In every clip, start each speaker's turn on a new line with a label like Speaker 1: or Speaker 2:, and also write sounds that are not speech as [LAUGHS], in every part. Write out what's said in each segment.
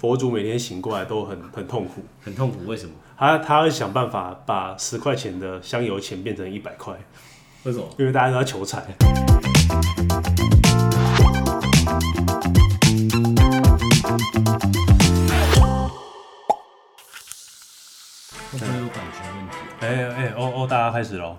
Speaker 1: 佛祖每天醒过来都很很痛苦，
Speaker 2: 很痛苦，为什么？
Speaker 1: 他他会想办法把十块钱的香油钱变成一百块，
Speaker 2: 为什么？
Speaker 1: 因为大家都在求财。
Speaker 2: 会不会有版权问题啊？
Speaker 1: 哎哎哦哦，大家开始喽！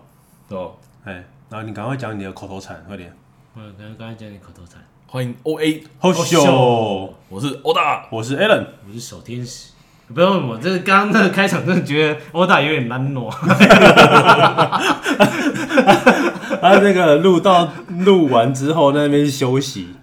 Speaker 2: 哦，
Speaker 1: 哎、然后你赶快讲你的口头禅，快点。
Speaker 2: 我刚刚刚才讲你口头禅，
Speaker 3: 欢迎 O A，
Speaker 1: 好
Speaker 2: 秀
Speaker 1: 哦秀，
Speaker 3: 我是欧大，
Speaker 1: 我是 Alan，
Speaker 2: 我是守天使。不用问我，这个刚刚那个开场真的觉得欧大有点难挪，
Speaker 1: 他那个录到录完之后在那边休息。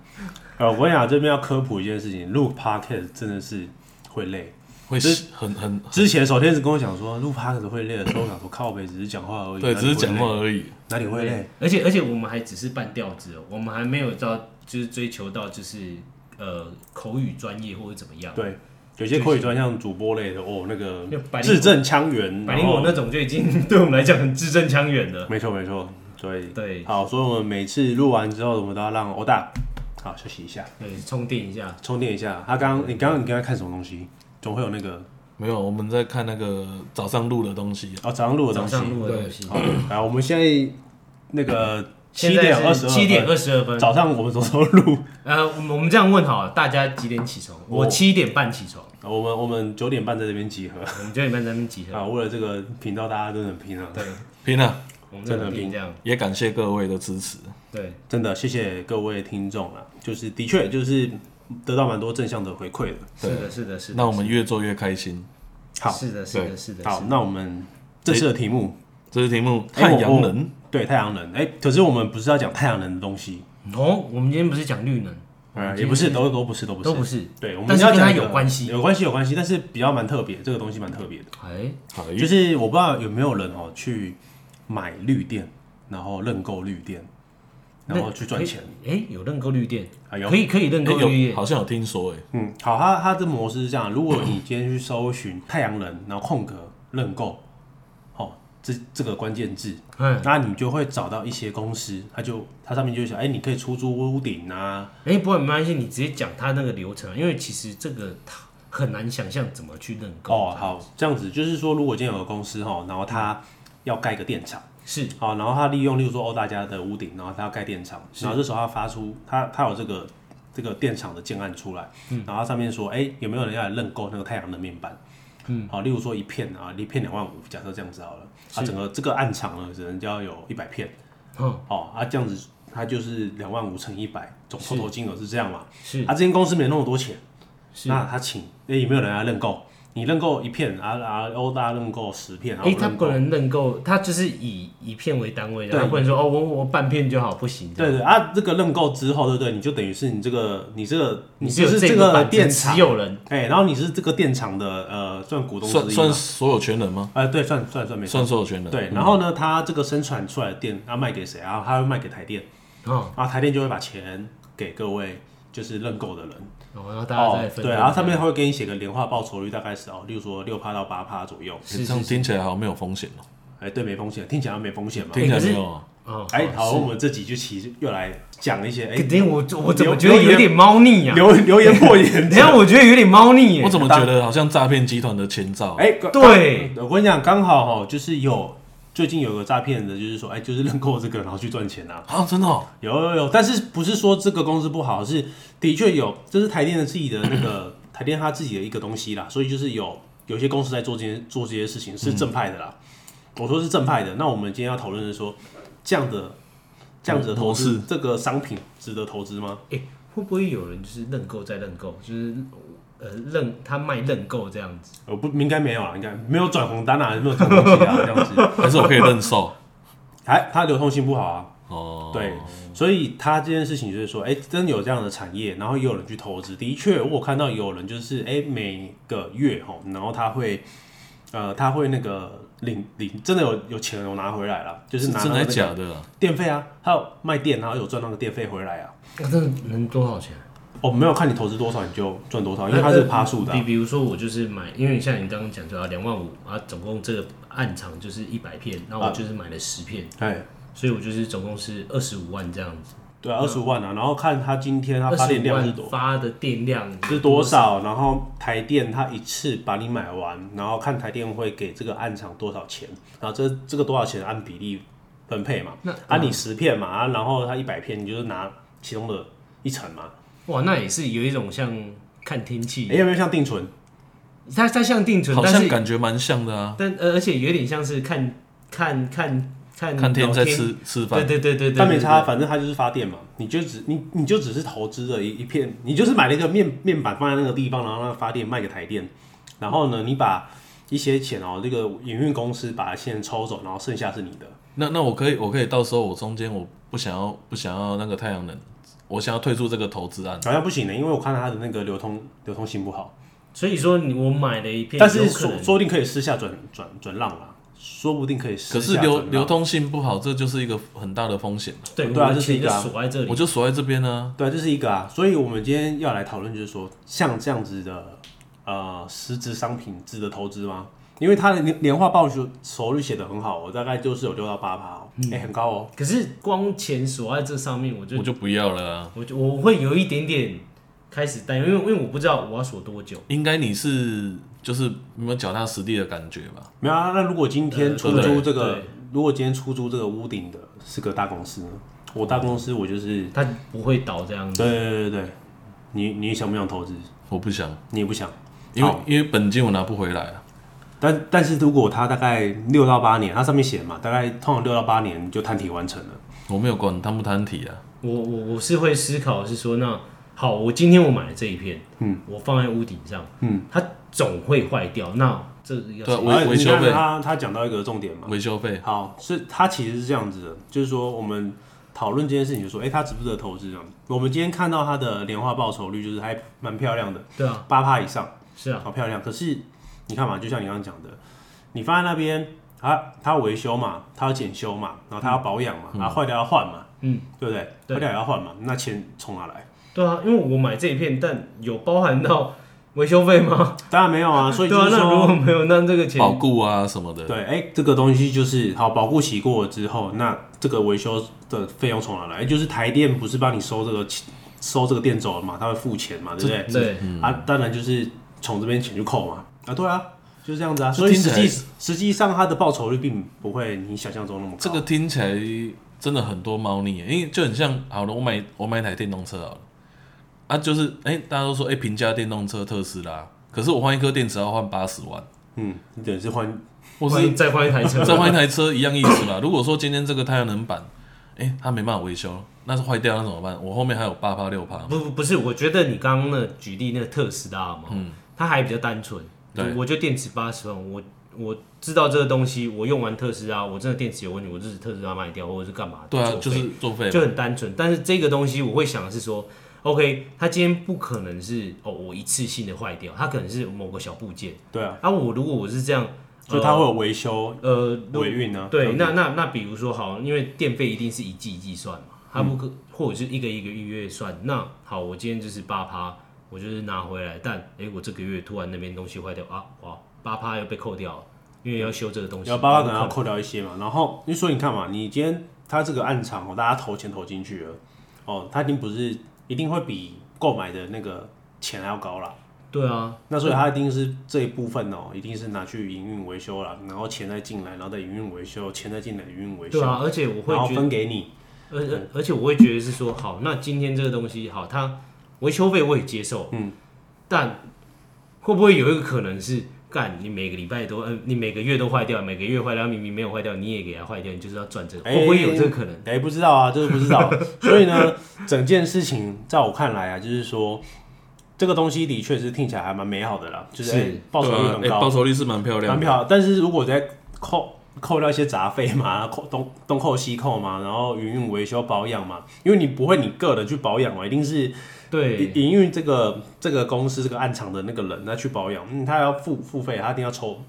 Speaker 1: 呃，我跟你讲，这边要科普一件事情，录 podcast 真的是会累。
Speaker 3: 会是很很
Speaker 1: 之前首天是跟我讲说录 podcast 会累的时候，我想说靠背只是讲话而已，
Speaker 3: 对，
Speaker 1: 哪
Speaker 3: 只
Speaker 1: 里
Speaker 3: 是
Speaker 1: 会
Speaker 3: 讲
Speaker 1: 累
Speaker 3: 话而已。
Speaker 1: 哪里会累？
Speaker 2: 而且而且我们还只是半调子哦，我们还没有到就是追求到就是呃口语专业或者怎么样。
Speaker 1: 对，有些口语专像主播类的哦，那个
Speaker 2: 就百灵果
Speaker 1: 字正腔圆，
Speaker 2: 百灵果那
Speaker 1: 然后
Speaker 2: 种就已经 [LAUGHS] 对我们来讲很字正腔圆了。
Speaker 1: 没错没错，所以
Speaker 2: 对
Speaker 1: 好，所以我们每次录完之后，我们都要让欧大好休息一下，
Speaker 2: 对，充电一下。
Speaker 1: 充电一下。他刚刚你刚刚你刚刚看什么东西？总会有那个
Speaker 3: 没有，我们在看那个早上录的东西，啊
Speaker 1: 哦，早上录的
Speaker 2: 早
Speaker 1: 东西。
Speaker 2: 上录的东西，
Speaker 1: 好，来，我们现在那个
Speaker 2: 现
Speaker 1: 七
Speaker 2: 在
Speaker 1: 点二
Speaker 2: 是
Speaker 1: 十二，
Speaker 2: 七点二十二分。
Speaker 1: 早上我们什么时候录？
Speaker 2: 呃，我们我们这样问好了，大家几点起床？我
Speaker 1: 我
Speaker 2: 七点半起床，
Speaker 1: 我们我们九点半在这边集合
Speaker 2: 我们九点半在那边集合。
Speaker 1: 啊！为了这个频道，大家真的很拼啊！
Speaker 2: 对，
Speaker 3: 拼了，
Speaker 2: 我们在那边这样。
Speaker 3: 也感谢各位的支持。
Speaker 2: 对，
Speaker 1: 真的谢谢各位听众啊，就是的确就是得到蛮多正向的回馈的。
Speaker 2: 是的，是的，是的。
Speaker 3: 那我们越做越开心。
Speaker 1: 好
Speaker 2: 是的，是的，是的。
Speaker 1: 好，那我们这次的题目，
Speaker 3: 这是题目：
Speaker 1: 哎
Speaker 3: 太
Speaker 1: 我
Speaker 3: 阳能。
Speaker 1: 对太阳能，哎、可是我们不是要讲太阳能的东西，
Speaker 2: 哦，我们今天不是讲绿能，啊
Speaker 1: 呃，也不是，都都不是，都不是，
Speaker 2: 都不是。
Speaker 1: 对，我们
Speaker 2: 但是
Speaker 1: 要
Speaker 2: 跟
Speaker 1: 讲
Speaker 2: 它
Speaker 1: 一个
Speaker 2: 有关系
Speaker 1: 有关系，有关系，但是比较蛮特别，这个东西蛮特别的，
Speaker 2: 哎，
Speaker 3: 好，
Speaker 1: 就是我不知道有没有人哦、去买绿电，然后认购绿电，然后去赚钱。
Speaker 2: 哎。哎，有认购绿电，
Speaker 1: 哎呦
Speaker 2: 可以可以认购绿
Speaker 3: 哎有
Speaker 2: 电。
Speaker 3: 好像有听说哎，
Speaker 1: 嗯，好，它它的模式是这样：如果你今天去搜寻太阳能，然后空格认购，哦，这这个关键字，
Speaker 2: 嗯，
Speaker 1: 那你就会找到一些公司，它就它上面就想，哎、你可以出租屋顶啊，
Speaker 2: 哎，不过没关系，你直接讲它那个流程，啊因为其实这个它很难想象怎么去认购。
Speaker 1: 哦，，好，这样子就是说，如果今天有个公司哈，然后它要盖个电厂，
Speaker 2: 是
Speaker 1: 好，然后它利用例如说哦大家的屋顶，然后它要盖电厂，然后这时候它发出它它有这个这个电厂的建案出来，
Speaker 2: 嗯
Speaker 1: 然后它上面说，哎、有没有人要来认购那个太阳能面板？嗯，好，例如说一片啊，一片两万五，假设这样子好了，啊，整个这个暗场呢，只能就要有一百片，
Speaker 2: 嗯，
Speaker 1: 哦，啊，这样子它就是两万五乘一百，总扣头金额是这样嘛？
Speaker 2: 是
Speaker 1: 啊，这间公司没那么多钱，
Speaker 2: 是。
Speaker 1: 那他请，哎、有没有人来认购？你认购一片，啊啊，欧大认购十片，然后
Speaker 2: 哎，
Speaker 1: 我
Speaker 2: 他
Speaker 1: 认
Speaker 2: 不
Speaker 1: 购。
Speaker 2: 能认购，他就是以一片为单位的，
Speaker 1: 对
Speaker 2: 他不能说哦，我我半片就好，不行。这
Speaker 1: 对
Speaker 2: 样，
Speaker 1: 对啊，这个认购之后，对不对？你就等于是你这个，你这个，
Speaker 2: 你
Speaker 1: 就是
Speaker 2: 有
Speaker 1: 是
Speaker 2: 这
Speaker 1: 这个
Speaker 2: 版权
Speaker 1: 电厂
Speaker 2: 持，有人，
Speaker 1: 哎、然后你是这个电厂的呃，算股东之
Speaker 3: 算
Speaker 1: 一
Speaker 3: 算
Speaker 1: 嘛？
Speaker 3: 所有权人吗？
Speaker 1: 呃，对，算算算没错。
Speaker 3: 算所有权人。
Speaker 1: 对，然后呢，他这个生产出来的电，要、卖给谁啊？他会卖给台电，
Speaker 2: 哦，
Speaker 1: 然后台电就会把钱给各位就是认购的人。
Speaker 2: 然后大家再
Speaker 1: 哦、
Speaker 2: 分。
Speaker 1: 对，然后上面它会给你写个年化报酬率，大概是哦，例如说六趴到八趴左右。
Speaker 3: 哎这样听起来好像没有风险哦，
Speaker 1: 哎，对，没风险，听起来没风险嘛。
Speaker 3: 听起来
Speaker 2: 可是
Speaker 3: 没有啊。
Speaker 2: 哦，
Speaker 1: 哎，好，我们这集就其又来讲一些
Speaker 2: 肯
Speaker 1: 哎
Speaker 2: 定我我怎
Speaker 1: 留
Speaker 2: 么觉得有点猫腻呀？
Speaker 1: 留留言破言
Speaker 2: 等一下我觉得有点猫腻耶
Speaker 3: 我。怎么觉得好像诈骗集团的前兆？啊
Speaker 1: 哎，刚
Speaker 2: 对，
Speaker 1: 我跟你讲，刚好哦，就是有最近有个诈骗的，就是说哎，就是认购这个然后去赚钱啊，
Speaker 3: 啊，真的哦，
Speaker 1: 有有有，但是不是说这个公司不好，是的确有，这是台电的自己的那个台电他自己的一个东西啦，所以就是有有些公司在做这些做这些事情是正派的啦。我说是正派的，那我们今天要讨论的是说这样的这样子的投
Speaker 3: 模
Speaker 1: 资
Speaker 3: 式，
Speaker 1: 这个商品值得投资吗？
Speaker 2: 哎，会不会有人就是认购再认购，就是呃认他卖认购这样子？
Speaker 1: 我不应该没有啊，应该没有转红单啊，没有转东西啊，这样子，
Speaker 3: 还是我可以认售
Speaker 1: 哎，它流通性不好啊，
Speaker 3: 哦。
Speaker 1: 对，所以他这件事情就是说，哎、真有这样的产业，然后也有人去投资。的确，我有看到有人就是，哎、每个月吼，然后他会，呃，他会那个领领，真的有有钱有拿回来了，就是
Speaker 3: 是
Speaker 1: 拿
Speaker 3: 真
Speaker 1: 到
Speaker 3: 的
Speaker 1: 那
Speaker 3: 还
Speaker 1: 个
Speaker 3: 假的啊？
Speaker 1: 电费啊，还有卖电，然后有赚那个电费回来啊。
Speaker 2: 那这能多少钱？
Speaker 1: 哦，没有看你投资多少你就赚多少，因为它是趴数的啊、
Speaker 2: 比比如说我就是买，因为像你刚刚讲说啊，两万五啊，总共这个暗场
Speaker 1: 啊
Speaker 2: 就是一百片，那我就是买了十片，
Speaker 1: 哎，
Speaker 2: 所以我就是总共是二十五万这样子。
Speaker 1: 对啊，二十五万啊，然后看它今天它发电量是
Speaker 2: 万
Speaker 1: 多
Speaker 2: 发的电量
Speaker 1: 是多？少，然后台电它一次把你买完，然后看台电会给这个案场多少钱，然后这这个多少钱按比例分配嘛，
Speaker 2: 那嗯
Speaker 1: 啊你十片嘛，啊然后它一百片，你就是拿其中的一层嘛，
Speaker 2: 哇，那也是有一种像看天气，
Speaker 1: 哎、有没有像定存？
Speaker 2: 它它像定存，
Speaker 3: 好
Speaker 2: 但
Speaker 3: 像
Speaker 2: 是
Speaker 3: 感觉蛮像的啊，
Speaker 2: 但呃而且有点像是看看看
Speaker 1: 嗯
Speaker 2: 看
Speaker 3: 看天
Speaker 2: 老
Speaker 3: 在吃吃
Speaker 2: 对
Speaker 3: 饭，
Speaker 2: 对对对对，
Speaker 1: 但没
Speaker 2: 对
Speaker 1: 差，反正它就是发电嘛，你就只你你就只是投资了一一片，你就是买了一个面面板放在那个地方，然后让它发电卖给台电，然后呢，你把一些钱哦、这个营运公司把钱抽走，然后剩下是你的。
Speaker 3: 那那我可以我可以到时候我中间我不想要不想要那个太阳能，我想要退出这个投资案，
Speaker 1: 好像不行的，因为我看到它的那个流通流通性不好，
Speaker 2: 所以说你我买了一片，
Speaker 1: 但是
Speaker 2: 有可
Speaker 1: 说
Speaker 2: 能
Speaker 1: 说不定可以私下转转转让啦，说不定可以私
Speaker 3: 可是
Speaker 1: 下
Speaker 3: 流
Speaker 1: 转
Speaker 3: 流
Speaker 1: 让。
Speaker 3: 通性不好，这就是一个很大的风险。
Speaker 2: 对
Speaker 1: 对啊
Speaker 2: 我的
Speaker 1: 这是一
Speaker 2: 钱就
Speaker 1: 个啊
Speaker 2: 锁在这里
Speaker 3: 我，就锁在这边呢、
Speaker 1: 对啊，这是一个啊，所以我们今天要来讨论，就是说像这样子的呃实质商品值得投资吗？因为它的年年化报酬酬率写的很好、哦，大概就是有六到八趴哦，
Speaker 2: 嗯
Speaker 1: 哎、很高哦。
Speaker 2: 可是光钱锁在这上面，我就
Speaker 3: 我就不要了、啊。
Speaker 2: 我就我会有一点点开始担忧，因为因为我不知道我要锁多久。
Speaker 3: 应该你是就是没有脚踏实地的感觉吧？
Speaker 1: 没有啊，那如果今天
Speaker 2: 呃
Speaker 1: 出
Speaker 3: 对
Speaker 1: 租这个，
Speaker 2: 对
Speaker 1: 如果今天出租这个屋顶的是个大公司呢，我大公司我就是，
Speaker 2: 它不会倒这样子。
Speaker 1: 对对对对，你你想不想投资？
Speaker 3: 我不想，
Speaker 1: 你也不想，
Speaker 3: 因为
Speaker 1: 好
Speaker 3: 因为本金我拿不回来啊。
Speaker 1: 但但是如果它大概六到八年，它上面写的嘛，大概通常六到八年就摊体完成了。
Speaker 3: 我没有管摊不摊体啊，
Speaker 2: 我我我是会思考是说，那好，我今天我买了这一片，嗯，我放在屋顶上，嗯，它总会坏掉。那这个要
Speaker 3: 对啊
Speaker 2: 谁
Speaker 3: 维
Speaker 1: 而且
Speaker 3: 维修
Speaker 1: 你看
Speaker 3: 费
Speaker 1: 他他讲到一个重点嘛，
Speaker 3: 维修费
Speaker 1: 好，是他其实是这样子的，就是说我们讨论这件事情，就说，哎、他值不值得投资这样？我们今天看到他的年化报酬率，就是还蛮漂亮的，
Speaker 2: 对啊，
Speaker 1: 八趴以上，
Speaker 2: 是啊，
Speaker 1: 好漂亮。可是你看嘛，就像你刚刚讲的，你放在那边，他他维修嘛，他要检修嘛，然后他要保养嘛，啊、坏掉要换嘛，
Speaker 2: 嗯，
Speaker 1: 对不对？
Speaker 2: 对
Speaker 1: 坏掉也要换嘛，那钱从哪来？
Speaker 2: 对啊，因为我买这一片，但有包含到维修费
Speaker 3: [LAUGHS]
Speaker 2: 吗？
Speaker 1: 当然没有啊，所以
Speaker 2: 对
Speaker 1: 就
Speaker 2: 啊
Speaker 1: 是，
Speaker 2: 那
Speaker 1: 说，
Speaker 2: 如果没有，那这个钱
Speaker 3: 保固啊什么的，
Speaker 1: 对，哎、这个东西就是好保护洗过了之后，那这个维修的费用从哪来？就是台电不是帮你收这个收这个电走了嘛，他会付钱嘛，对不对？
Speaker 2: 对，
Speaker 1: 啊，当然就是从这边钱去扣嘛。啊，对啊，就是这样子啊。
Speaker 3: 这
Speaker 1: 所以
Speaker 3: 听起
Speaker 1: 实
Speaker 3: 来
Speaker 1: 际实际上它的报酬率并不会你想象中那么高。
Speaker 3: 这个听起来真的很多猫腻耶，因为就很像好了，我买我买一台电动车好了，啊就是哎、大家都说哎平价电动车特斯拉，可是我换一颗电池要换八十万，
Speaker 1: 嗯，你等于是换
Speaker 3: 或
Speaker 2: 万
Speaker 3: 是
Speaker 2: 一再换一台车，
Speaker 3: [LAUGHS] 再换一台车一样意思啦。如 [LAUGHS] 果说今天这个太阳能板，哎、它没办法维修，那是坏掉那怎么办？我后面还有八趴六趴嘛，
Speaker 2: 不不不是，我觉得你刚刚那举例那个特斯拉嘛，它还比较单纯。
Speaker 3: 嗯对
Speaker 2: 我就电池八十万，我我知道这个东西，我用完特斯拉，我真的电池有问题，我就是特斯拉卖掉，或者是干嘛？
Speaker 3: 对啊，
Speaker 2: 作废
Speaker 3: 就是作废嘛。
Speaker 2: 就很单纯。但是这个东西我会想的是说，OK，它今天不可能是哦我一次性的坏掉，它可能是某个小部件。
Speaker 1: 对啊，
Speaker 2: 啊，我如果我是这样，
Speaker 1: 所以它会有维修、
Speaker 2: 呃，如
Speaker 1: 维运啊。
Speaker 2: 对，那那那比如说好，因为电费一定是一季一季算嘛，它不可、或者是一个一个月算。那好，我今天就是八趴，我就是拿回来，但诶，我这个月突然那边东西坏掉啊，哇，八趴又被扣掉了，因为要修这个东西。
Speaker 1: 然后八八可能要扣掉一些嘛，然后你说你看嘛，你今天它这个暗场哦，大家投钱投进去了，哦，它已经不是一定会比购买的那个钱还要高啦。
Speaker 2: 对啊，
Speaker 1: 那所以它一定是这一部分哦，一定是拿去营运维修啦，然后钱再进来，然后再营运维修，钱再进来营运维修，
Speaker 2: 对啊，而且我会
Speaker 1: 然后
Speaker 2: 觉得，
Speaker 1: 分给你，
Speaker 2: 而而而且我会觉得是说，好，那今天这个东西好，它维修费我也接受，嗯，但会不会有一个可能是？干，你每个礼拜都，嗯、你每个月都坏掉，每个月坏掉，明明没有坏掉，你也给它坏掉，你就是要赚这个，
Speaker 1: 哎
Speaker 2: 会不会有这个可能？
Speaker 1: 哎、不知道啊，这个不知
Speaker 2: [LAUGHS]
Speaker 1: 道。所以呢，整件事情在我看来啊，就是说这个东西的确是听起来还蛮美好的啦，就是
Speaker 2: 是
Speaker 1: 哎报酬率
Speaker 3: 对啊
Speaker 1: 很
Speaker 3: 哎
Speaker 1: 高，
Speaker 3: 报酬率是蛮漂亮
Speaker 1: 蛮
Speaker 3: 的。
Speaker 1: 漂亮。但是如果再扣扣掉一些杂费嘛， [LAUGHS] 扣东东扣西扣嘛，然后营运维修保养嘛，因为你不会你个人去保养嘛，一定是
Speaker 2: 对
Speaker 1: 营，营运这个这个公司这个暗场的那个人那去保养，嗯，他要付付费，他一定要抽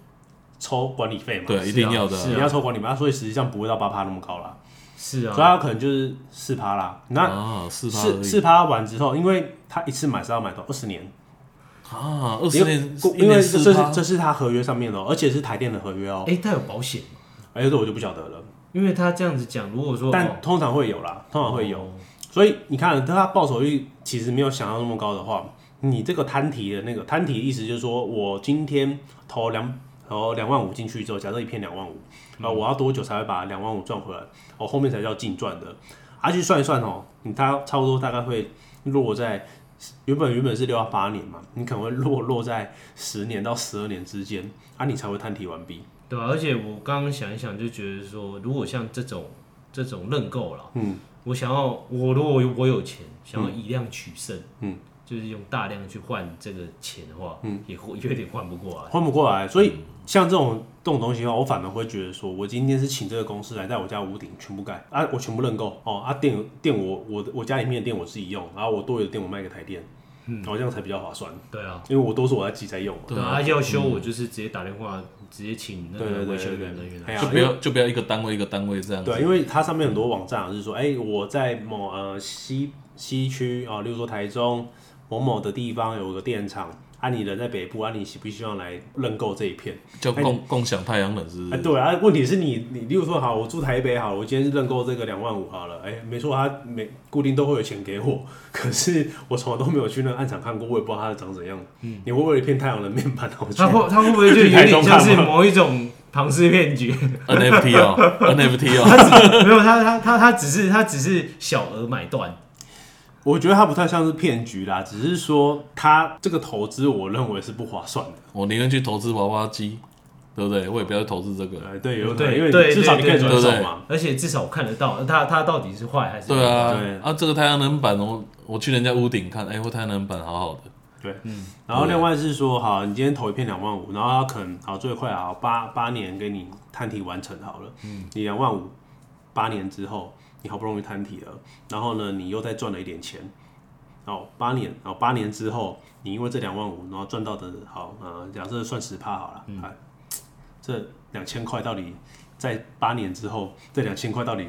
Speaker 1: 抽管理费嘛，
Speaker 3: 对，一定要的啊。
Speaker 2: 是啊
Speaker 1: 你要抽管理费，所以实际上不会到八趴那么高啦，
Speaker 2: 是
Speaker 1: 所以他
Speaker 2: 啊，
Speaker 1: 可能就是四趴啦。那
Speaker 3: 啊，四趴而
Speaker 1: 四
Speaker 3: 已
Speaker 1: 四趴完之后，因为他一次买是要买到二十年，
Speaker 3: 啊，二十年
Speaker 1: 因为因
Speaker 3: 一
Speaker 1: 为
Speaker 3: 年
Speaker 1: 这
Speaker 3: 四
Speaker 1: 是
Speaker 3: 趴，
Speaker 1: 这是他合约上面的、哦，而且是台电的合约哦，
Speaker 2: 哎、它有保险吗，
Speaker 1: 哎、这我就不晓得了。
Speaker 2: 因为他这样子讲，如果说，
Speaker 1: 但
Speaker 2: 哦
Speaker 1: 通常会有啦，通常会有，
Speaker 2: 哦
Speaker 1: 所以你看，它报酬率其实没有想象那么高的话，你这个摊提的那个摊提意思就是说我今天投两投两万五进去之后，假设一片两万五，
Speaker 2: 嗯
Speaker 1: 啊，我要多久才会把两万五赚回来？我、后面才叫净赚的。啊，去算一算哦，你它差不多大概会落在原本原本是六到八年嘛，你可能会落落在十年到十二年之间，啊，你才会摊提完毕。
Speaker 2: 对吧、啊而且我刚刚想一想，就觉得说，如果像这种这种认购了，嗯，我想要我如果我有我有钱，想要以量取胜，嗯，就是用大量去换这个钱的话，嗯，也会有点换不过啊来。
Speaker 1: 换不过来。所以像这种这种东西的话，我反而会觉得说，我今天是请这个公司来在我家屋顶全部盖啊，我全部认购哦啊，电电我我的我家里面的电我自己用，然后我多余的电我卖给台电，嗯，然后这样才比较划算，
Speaker 2: 对啊，
Speaker 1: 因为我都是我在自己在用嘛。
Speaker 2: 对啊，啊要修我就是直接打电话，直接请那
Speaker 1: 嗯对对
Speaker 2: 个
Speaker 1: 对
Speaker 2: 维修
Speaker 1: 对
Speaker 2: 员
Speaker 1: 对
Speaker 2: 人员来。
Speaker 1: 哎呀
Speaker 3: 就不要就不要一个单位一个单位这样子。
Speaker 1: 对，因为它上面很多网站啊是说，哎、我在某呃西西区啊、例如说台中某某的地方有个电厂，啊，你人在北部，啊，你希不希望来认购这一片？
Speaker 3: 叫
Speaker 2: 哎
Speaker 3: 共共享太阳能是不
Speaker 1: 哎，
Speaker 3: 是
Speaker 1: 对啊，问题是你，你例如说好，我住台北好了，我今天认购这个两万五好了，哎、没错，他每固定都会有钱给我， [LAUGHS] 可是我从来都没有去那个暗场看过，我也不知道它长怎样。嗯，你会为了一片太阳能面板，然后去
Speaker 2: 他
Speaker 1: [LAUGHS]
Speaker 2: 会他会不会就有
Speaker 1: 台中
Speaker 2: 点
Speaker 1: 看
Speaker 2: 像
Speaker 1: 吗
Speaker 2: 是某一种庞氏
Speaker 1: [LAUGHS]
Speaker 2: 骗局？[LAUGHS]
Speaker 3: NFT 哦 NFT 哦，
Speaker 2: 他只没有他他他他只是他只是小额买断，
Speaker 1: 我觉得它不太像是骗局啦，只是说它这个投资，我认为是不划算的。
Speaker 3: 我宁愿去投资娃娃机，对不对？我也不要去投资这
Speaker 2: 哎
Speaker 3: 个。
Speaker 1: 呃，对，有
Speaker 2: 对
Speaker 1: 因为
Speaker 2: 对
Speaker 1: 你至少你
Speaker 2: 对
Speaker 1: 可以转
Speaker 3: 对
Speaker 1: 手
Speaker 3: 对
Speaker 1: 嘛。
Speaker 2: 而且至少我看得到他他到底是坏还是
Speaker 3: 对啊
Speaker 1: 对，
Speaker 3: 啊，这个太阳能板我我去人家屋顶看，哎，我太阳能板好好的，
Speaker 1: 对，然后另外是说，好，你今天投一片两万五，然后他可能好最快好八八年给你摊提完成好了，
Speaker 2: 嗯
Speaker 1: 你两万五八年之后，你好不容易摊提了，然后呢，你又再赚了一点钱，然后八年，然后八年之后，你因为这两万五，然后赚到的好，呃，假设算十趴好了，
Speaker 2: 嗯
Speaker 1: 哎，这两千块到底在八年之后，这两千块到底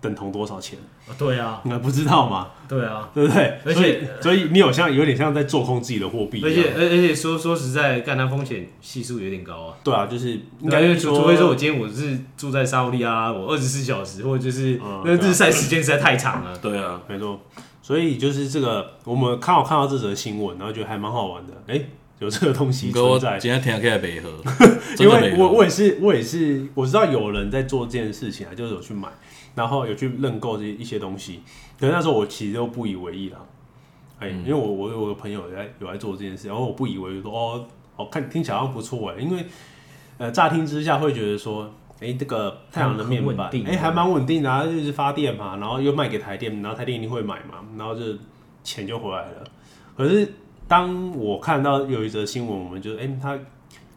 Speaker 1: 等同多少钱？
Speaker 2: 啊对啊
Speaker 1: 你还不知道嘛，
Speaker 2: 对啊，
Speaker 1: 对不对？
Speaker 2: 而
Speaker 1: 所以
Speaker 2: 且
Speaker 1: 所以你有像有点像在做空自己的货币一样，
Speaker 2: 而且而而且说说实在，干它风险系数有点高啊。
Speaker 1: 对啊，就是应
Speaker 2: 应该
Speaker 1: 该
Speaker 2: 因
Speaker 1: 是
Speaker 2: 为除除非说
Speaker 1: 说
Speaker 2: 我今天我是住在沙利啊，我二十四小时，或者就是
Speaker 1: 嗯对
Speaker 2: 那
Speaker 1: 啊
Speaker 2: 日晒时间实在太长了。
Speaker 3: 对啊，
Speaker 1: 没错，所以就是这个，我们刚好看到这则新闻，然后觉得还蛮好玩的，哎、有这个东西
Speaker 3: 哥，我
Speaker 1: 存在。
Speaker 3: 今天听起来
Speaker 2: [LAUGHS]
Speaker 3: 北河，
Speaker 1: 因
Speaker 3: 真的
Speaker 1: 为
Speaker 3: 北
Speaker 1: 我
Speaker 3: 河，
Speaker 1: 我也是我也是我知道有人在做这件事情啊，就是有去买，然后有去认购这一些东西，可是那时候我其实都不以为意啦，哎、因为我我有个朋友有在有在做这件事，然后我不以为意说哦哦看听起来好像不错哎、因为呃乍听之下会觉得说。哎、这个太阳能面
Speaker 2: 很
Speaker 1: 板，
Speaker 2: 稳定
Speaker 1: 哎、还蛮稳定的、啊，就是发电嘛，然后又卖给台电，然后台电一定会买嘛，然后就钱就回来了。可是当我看到有一则新闻，我们就哎、他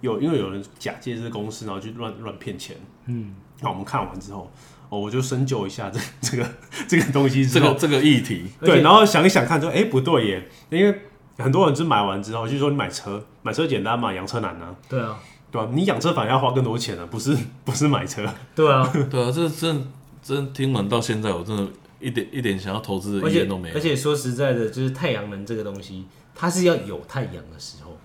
Speaker 1: 有因为有人假借这个公司，然后去乱乱骗钱。嗯，那我们看完之后，哦，我就深究一下这 [LAUGHS] 这个这个东西之
Speaker 3: 这
Speaker 1: 后，
Speaker 3: 个这个
Speaker 2: [LAUGHS]
Speaker 3: 议题，
Speaker 2: 而
Speaker 1: 对，
Speaker 2: 且
Speaker 1: 然后想一想看说，哎、不对耶，因为很多人就买完之后，就说你买车，买车简单嘛，养车难啊，
Speaker 2: 对啊，
Speaker 1: 对吧、你养车反而要花更多钱呢、啊不是 [LAUGHS] 不是买车，
Speaker 2: 对啊，
Speaker 3: 对啊，这真真听完到现在，我真的一点一点想要投资的
Speaker 2: 而
Speaker 3: 意
Speaker 2: 且
Speaker 3: 愿都没有
Speaker 2: 而。且说实在的，就是太阳能这个东西，它是要有太阳的时候，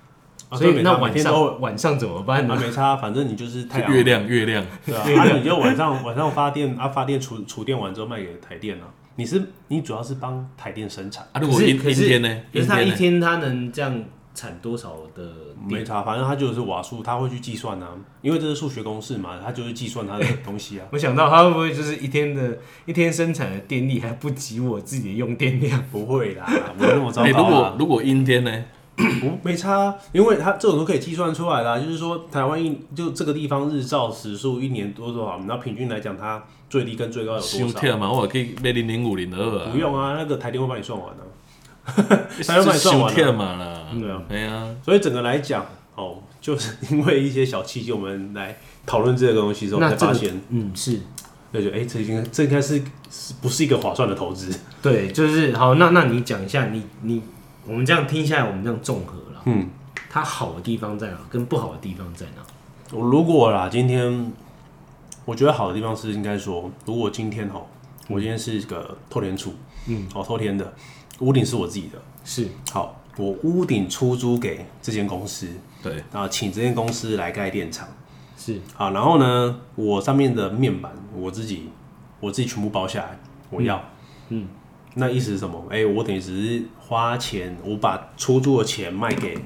Speaker 1: 啊
Speaker 2: 所
Speaker 1: 对
Speaker 2: 以
Speaker 1: 每
Speaker 2: 那
Speaker 1: 天每
Speaker 2: 晚
Speaker 1: 天都
Speaker 2: 上晚上怎么办
Speaker 1: 啊
Speaker 2: 呢？
Speaker 1: 没差，反正你就是太阳
Speaker 3: 月，亮月亮，
Speaker 1: 对
Speaker 2: [LAUGHS]
Speaker 1: 啊，啊你就晚上晚上发电啊，发电储储电完之后卖给台电啊，你是你主要是帮台电生产。
Speaker 3: 啊，如
Speaker 2: 可
Speaker 3: 果
Speaker 2: 是
Speaker 3: 阴
Speaker 2: 可
Speaker 3: 阴
Speaker 2: 是
Speaker 3: 天呢？
Speaker 2: 可
Speaker 3: 阴
Speaker 2: 是它
Speaker 3: 天
Speaker 2: 一
Speaker 3: 呢？
Speaker 2: 天它能这样产多少的
Speaker 1: 没
Speaker 2: 电？
Speaker 1: 差，反正他就是瓦数，他会去计算啊，因为这是数学公式嘛，他就是计算
Speaker 2: [LAUGHS]。
Speaker 1: 他的东西啊
Speaker 2: 我想到它会不会就是一天的一天生产的电力还不及我自己的用电量？
Speaker 1: 不会啦，没那么糟
Speaker 3: 哎，如
Speaker 1: 糕
Speaker 2: [LAUGHS]
Speaker 3: 果
Speaker 1: 啦，
Speaker 3: 如果阴天呢？
Speaker 1: 不没差啊，因为他这种都可以计算出来啦。就是说，台湾一就这个地方日照时数一年多多少，然后平均来讲，它最低跟最高有
Speaker 3: 休
Speaker 1: 多少？
Speaker 3: 跳嘛，我也可以买零零五零的二啊
Speaker 1: 不，用啊，那个台电会帮你算完啊的、台
Speaker 3: 这
Speaker 1: 湾帮你算
Speaker 3: 休
Speaker 1: 完了、
Speaker 3: 跳嘛啦，
Speaker 1: 对啊，
Speaker 3: 哎呀，
Speaker 1: 所以整个来讲，哦，就是 [LAUGHS] 因为一些小契机，我们来讨论这个东西之后，才
Speaker 2: 那这
Speaker 1: 发
Speaker 2: 个
Speaker 1: 现，
Speaker 2: 嗯是。
Speaker 1: 那就哎、这应该这应该是是不是一个划算的投资？
Speaker 2: 对，就是好，那那你讲一下，你你我们这样听下来，我们这样综合了，
Speaker 1: 嗯，
Speaker 2: 它好的地方在哪，跟不好的地方在哪？
Speaker 1: 我如果啦，今天我觉得好的地方是应该说，如果今天哈，我今天是一个透天处，嗯，哦，透天的屋顶是我自己的，
Speaker 2: 是
Speaker 1: 好，我屋顶出租给这间公司，
Speaker 3: 对，啊
Speaker 1: 然后请这间公司来盖电厂，
Speaker 2: 是，
Speaker 1: 好，然后呢，我上面的面板我自己我自己全部包下来，我要，嗯，那意思是什么？哎、我等于只是花钱，我把出租的钱卖给，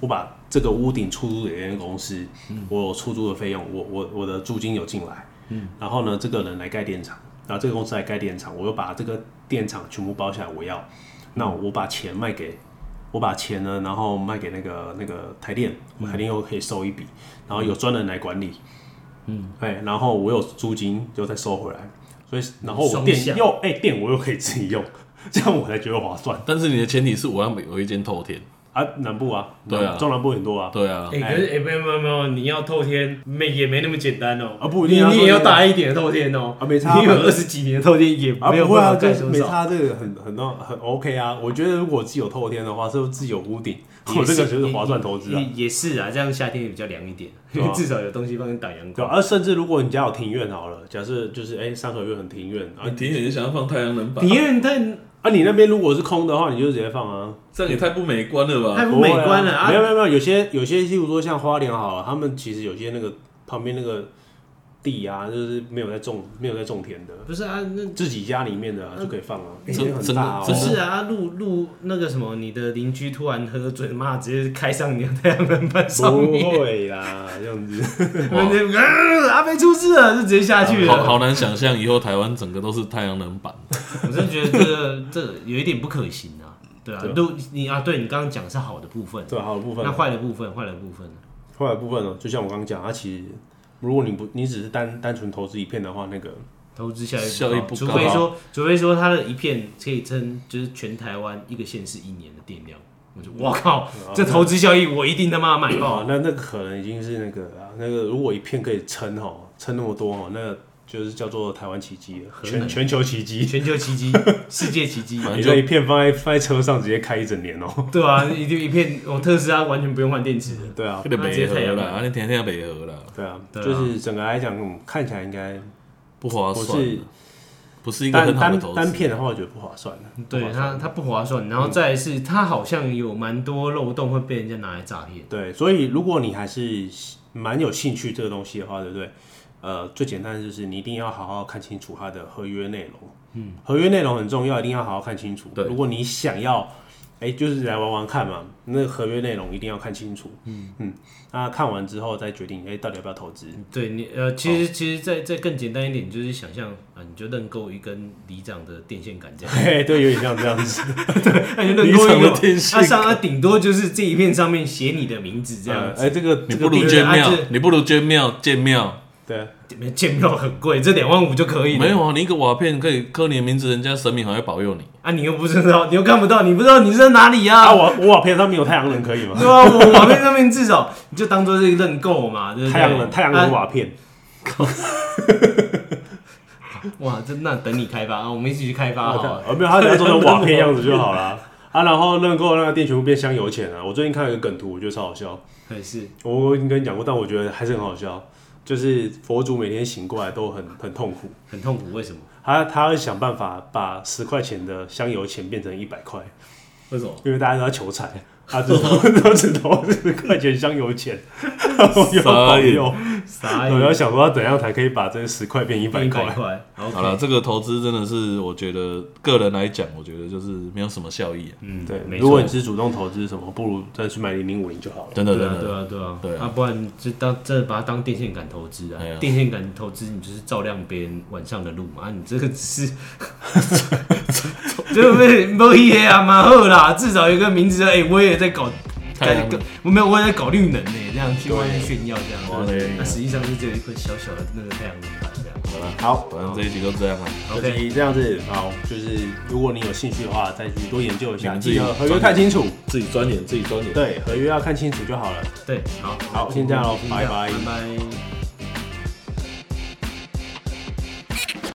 Speaker 1: 我把这个屋顶出租给那间公司，我有出租的费用，我我我的租金有进来，嗯，然后呢，这个人来盖电厂，然后这个公司来盖电厂，我又把这个电厂全部包下来，我要，那我把钱卖给，我把钱呢，然后卖给那个那个台电，我台电又可以收一笔，然后有专人来管理，嗯，哎，然后我有租金又再收回来。所以，然后我
Speaker 2: 双
Speaker 1: 电
Speaker 2: 向
Speaker 1: 又哎、电我又可以自己用，这样我才觉得划算
Speaker 3: 但是你的前提是我要有一间透天，
Speaker 1: 啊！南部啊，
Speaker 3: 对啊
Speaker 1: 中南部很多啊，
Speaker 3: 对啊，
Speaker 2: 哎、可是哎、没有没有没有，你要透天没也没那么简单哦、
Speaker 1: 啊不一定啊
Speaker 2: 你你也
Speaker 1: 说真的
Speaker 2: 要大一点的透天哦、
Speaker 1: 啊没差啊
Speaker 2: 你有二十几年的透天也
Speaker 1: 啊
Speaker 2: 没有
Speaker 1: 不会
Speaker 2: 办
Speaker 1: 啊，
Speaker 2: 法
Speaker 1: 就
Speaker 2: 盖
Speaker 1: 是
Speaker 2: 多
Speaker 1: 没
Speaker 2: 少。
Speaker 1: 差这个很很那很 OK 啊。我觉得如果自己有透天的话，是不是自己有屋顶，
Speaker 2: 也
Speaker 1: 我
Speaker 2: 是
Speaker 1: 这个就是划算投资啊
Speaker 2: 也，也也是啊，这样夏天也比较凉一点，
Speaker 1: 对啊
Speaker 2: [LAUGHS] 至少有东西帮你挡阳
Speaker 1: 对吧、
Speaker 2: 光。
Speaker 1: 啊？甚至如果你家有庭院好了，假设就是哎、三合院很庭院啊
Speaker 3: 你庭远想要放太阳能板
Speaker 2: 体，验太
Speaker 1: 啊，你那边如果是空的话，你就直接放啊，
Speaker 3: 这样也太不美观了
Speaker 2: 太
Speaker 3: 吧？
Speaker 2: 不美观了
Speaker 1: 不会
Speaker 2: 啊
Speaker 1: 没有没有没有，有些有些，例如说像花莲好了，他们其实有些那个旁边那个地啊，就是没有在种没有在种田的，
Speaker 2: 不是啊，那
Speaker 1: 自己家里面的、啊、就可以放啊，
Speaker 2: 哎
Speaker 3: 这
Speaker 1: 空间很大哦、
Speaker 2: 不是啊，路路那个什么，你的邻居突然喝醉，妈直接开上你的太阳能板上面，
Speaker 1: 不会啦，这样子。 [LAUGHS]
Speaker 2: 我们就呃阿飞出事了，就直接下去
Speaker 3: 好
Speaker 1: 哦
Speaker 2: 了。
Speaker 3: 好难想象以后台湾整个都是太阳能板，
Speaker 2: 我真的觉得这个这个有一点不可行啊，对啊
Speaker 1: 对，
Speaker 2: 路你啊，对你刚刚讲是好的部分，
Speaker 1: 对，好的部分
Speaker 2: 那，坏的部分，坏的部分呢，
Speaker 1: 坏的部分呢，哦就像我刚刚讲，它其实如果你不你只是单单纯投资一片的话，那个
Speaker 2: 投资效益
Speaker 3: 效益不高
Speaker 2: 除非说，除非说它的一片可以撑，就是全台湾一个县市一年的电量，我就我靠，
Speaker 1: 嗯
Speaker 2: 这投资效益我一定他妈买爆
Speaker 1: 哦，，那那个可能已经是那个啊那个，如果一片可以撑哦，撑那么多哦，那就是叫做台湾奇迹了，
Speaker 2: 很
Speaker 1: 全全球奇迹。
Speaker 2: 全球奇迹，世界奇迹。
Speaker 3: 反
Speaker 1: 你
Speaker 3: 正
Speaker 1: 这
Speaker 3: 就
Speaker 1: 一片放在放在车上，直接开一整年
Speaker 3: [LAUGHS]
Speaker 1: 哦。
Speaker 2: 对啊，一定一片，我特斯拉完全不用换电池的。
Speaker 1: 对啊，
Speaker 3: 有点
Speaker 2: 那直
Speaker 3: 北
Speaker 2: 接
Speaker 3: 河
Speaker 2: 太阳
Speaker 3: 了，
Speaker 2: 能
Speaker 3: 啊，你天天要北河了，
Speaker 1: 对啊，
Speaker 2: 对啊
Speaker 1: 就是整个来讲，嗯看起来应该
Speaker 3: 不划
Speaker 1: 不
Speaker 3: 算
Speaker 1: 是
Speaker 3: 啊，不是一个
Speaker 1: 单
Speaker 3: 很好的
Speaker 1: 单
Speaker 3: 投
Speaker 1: 单
Speaker 3: 资。
Speaker 1: 片的话，我觉得不划算了。不
Speaker 2: 对
Speaker 1: 划算嗯
Speaker 2: 它，它不划算，然后再来是它好像有蛮多漏洞会被人家拿来诈骗。
Speaker 1: 对，所以如果你还是蛮有兴趣这个东西的话，对不对？呃，最简单的就是你一定要好好看清楚它的合约内容。嗯，合约内容很重要，一定要好好看清楚。
Speaker 3: 对
Speaker 1: 如果你想要，哎、就是来玩玩看嘛，那合约内容一定要看清楚。嗯嗯，那看完之后再决定，哎、到底要不要投资？ [LAUGHS]
Speaker 2: 对你呃，其
Speaker 1: 哦
Speaker 2: 实其实再再更简单一点，就是想象啊，你就认购一根里长的电线杆
Speaker 1: [LAUGHS]
Speaker 2: 这样，
Speaker 1: 嘿，对，有点像这样子。
Speaker 2: 那你就认购一
Speaker 3: 里
Speaker 2: 个
Speaker 3: 长的电线
Speaker 2: 它上它顶多就是这一片上面写你的名字这样
Speaker 1: 呃
Speaker 2: 子。
Speaker 1: 哎、这个
Speaker 3: 你
Speaker 1: 这
Speaker 3: 不
Speaker 1: 个
Speaker 3: 如
Speaker 1: 地
Speaker 3: 捐
Speaker 2: 啊
Speaker 3: 庙
Speaker 2: 这，
Speaker 3: 你不如捐庙建庙。
Speaker 1: 对啊
Speaker 2: [LAUGHS] 没建庙很贵，这两万五就可以了。
Speaker 3: 没有啊，你一个瓦片可以刻你的名字，人家神明还会保佑你。
Speaker 2: 啊，你又不知道，你又看不到，你不知道你是在哪里啊？
Speaker 1: 啊，我我瓦片上面有太阳能可以吗
Speaker 2: [LAUGHS] 对？啊，我瓦片上面至少你就当做是认购嘛，对不对？
Speaker 1: 太阳能太阳
Speaker 2: 啊
Speaker 1: 能瓦片，
Speaker 2: 哇，这那等你开发啊，我们一起去开发好了。
Speaker 1: 呃，没有，他只要做
Speaker 2: [LAUGHS]
Speaker 1: 成瓦片样子就好啦。啊，然后认购那个店全部变香油钱啊！我最近看了一个梗图，我觉得超好笑。
Speaker 2: 可是
Speaker 1: 我我已经跟你讲过，但我觉得还是很好笑。就是佛祖每天醒过来都很很痛苦，
Speaker 2: 很痛苦，为什么？
Speaker 1: 他他会想办法把十块钱的香油钱变成一百块，
Speaker 2: 为什么？
Speaker 1: 因为大家都在求财，他只
Speaker 2: [LAUGHS]
Speaker 1: 投都只投十块钱香油钱，然后有保佑。
Speaker 2: 傻
Speaker 1: 我
Speaker 2: 眼，
Speaker 1: 要想说他怎样才可以把这十块变一百
Speaker 2: 哎一
Speaker 1: 块
Speaker 2: 百。块。好
Speaker 3: 好了，，这个投资真的是，我觉得个人来讲，我觉得就是没有什么效益、啊，
Speaker 2: 嗯，
Speaker 1: 对，
Speaker 2: 没
Speaker 1: 如果
Speaker 2: 错
Speaker 1: 你，是主动投资什么，不如再去买零零五零就好了。
Speaker 3: 真的
Speaker 2: 对
Speaker 3: 真
Speaker 2: 啊，对
Speaker 3: 的。
Speaker 2: 啊，对啊，
Speaker 3: 对啊
Speaker 2: 啊，不然就当真的把它当电线杆投资啊
Speaker 3: 哎呀，
Speaker 2: 电线杆投资你就是照亮别人晚上的路嘛，啊，你这个只是，这被没意义啊，蛮好啦，至少有一个名字，哎，我也在搞。
Speaker 3: 太阳
Speaker 2: 搞我没有，我也在搞绿能呢，这样去外面炫耀这样，
Speaker 3: 对
Speaker 2: 那实际上是只有一块小小的那个太阳能板这样。
Speaker 3: 好了，
Speaker 1: 好，
Speaker 3: 反正这一集就这样了。
Speaker 1: OK，
Speaker 2: OK，
Speaker 1: 这样子好，就是如果你有兴趣的话，再去多研究一
Speaker 3: 你
Speaker 1: 下，
Speaker 3: 们自
Speaker 1: 记
Speaker 3: 己
Speaker 1: 得合约看清楚，
Speaker 3: 自己钻研，自己钻研。
Speaker 1: 对，合约要看清楚就好了。
Speaker 2: 对，好，
Speaker 1: 好先这样咯
Speaker 2: 先这
Speaker 1: 拜
Speaker 2: 样
Speaker 1: 拜
Speaker 2: 拜拜。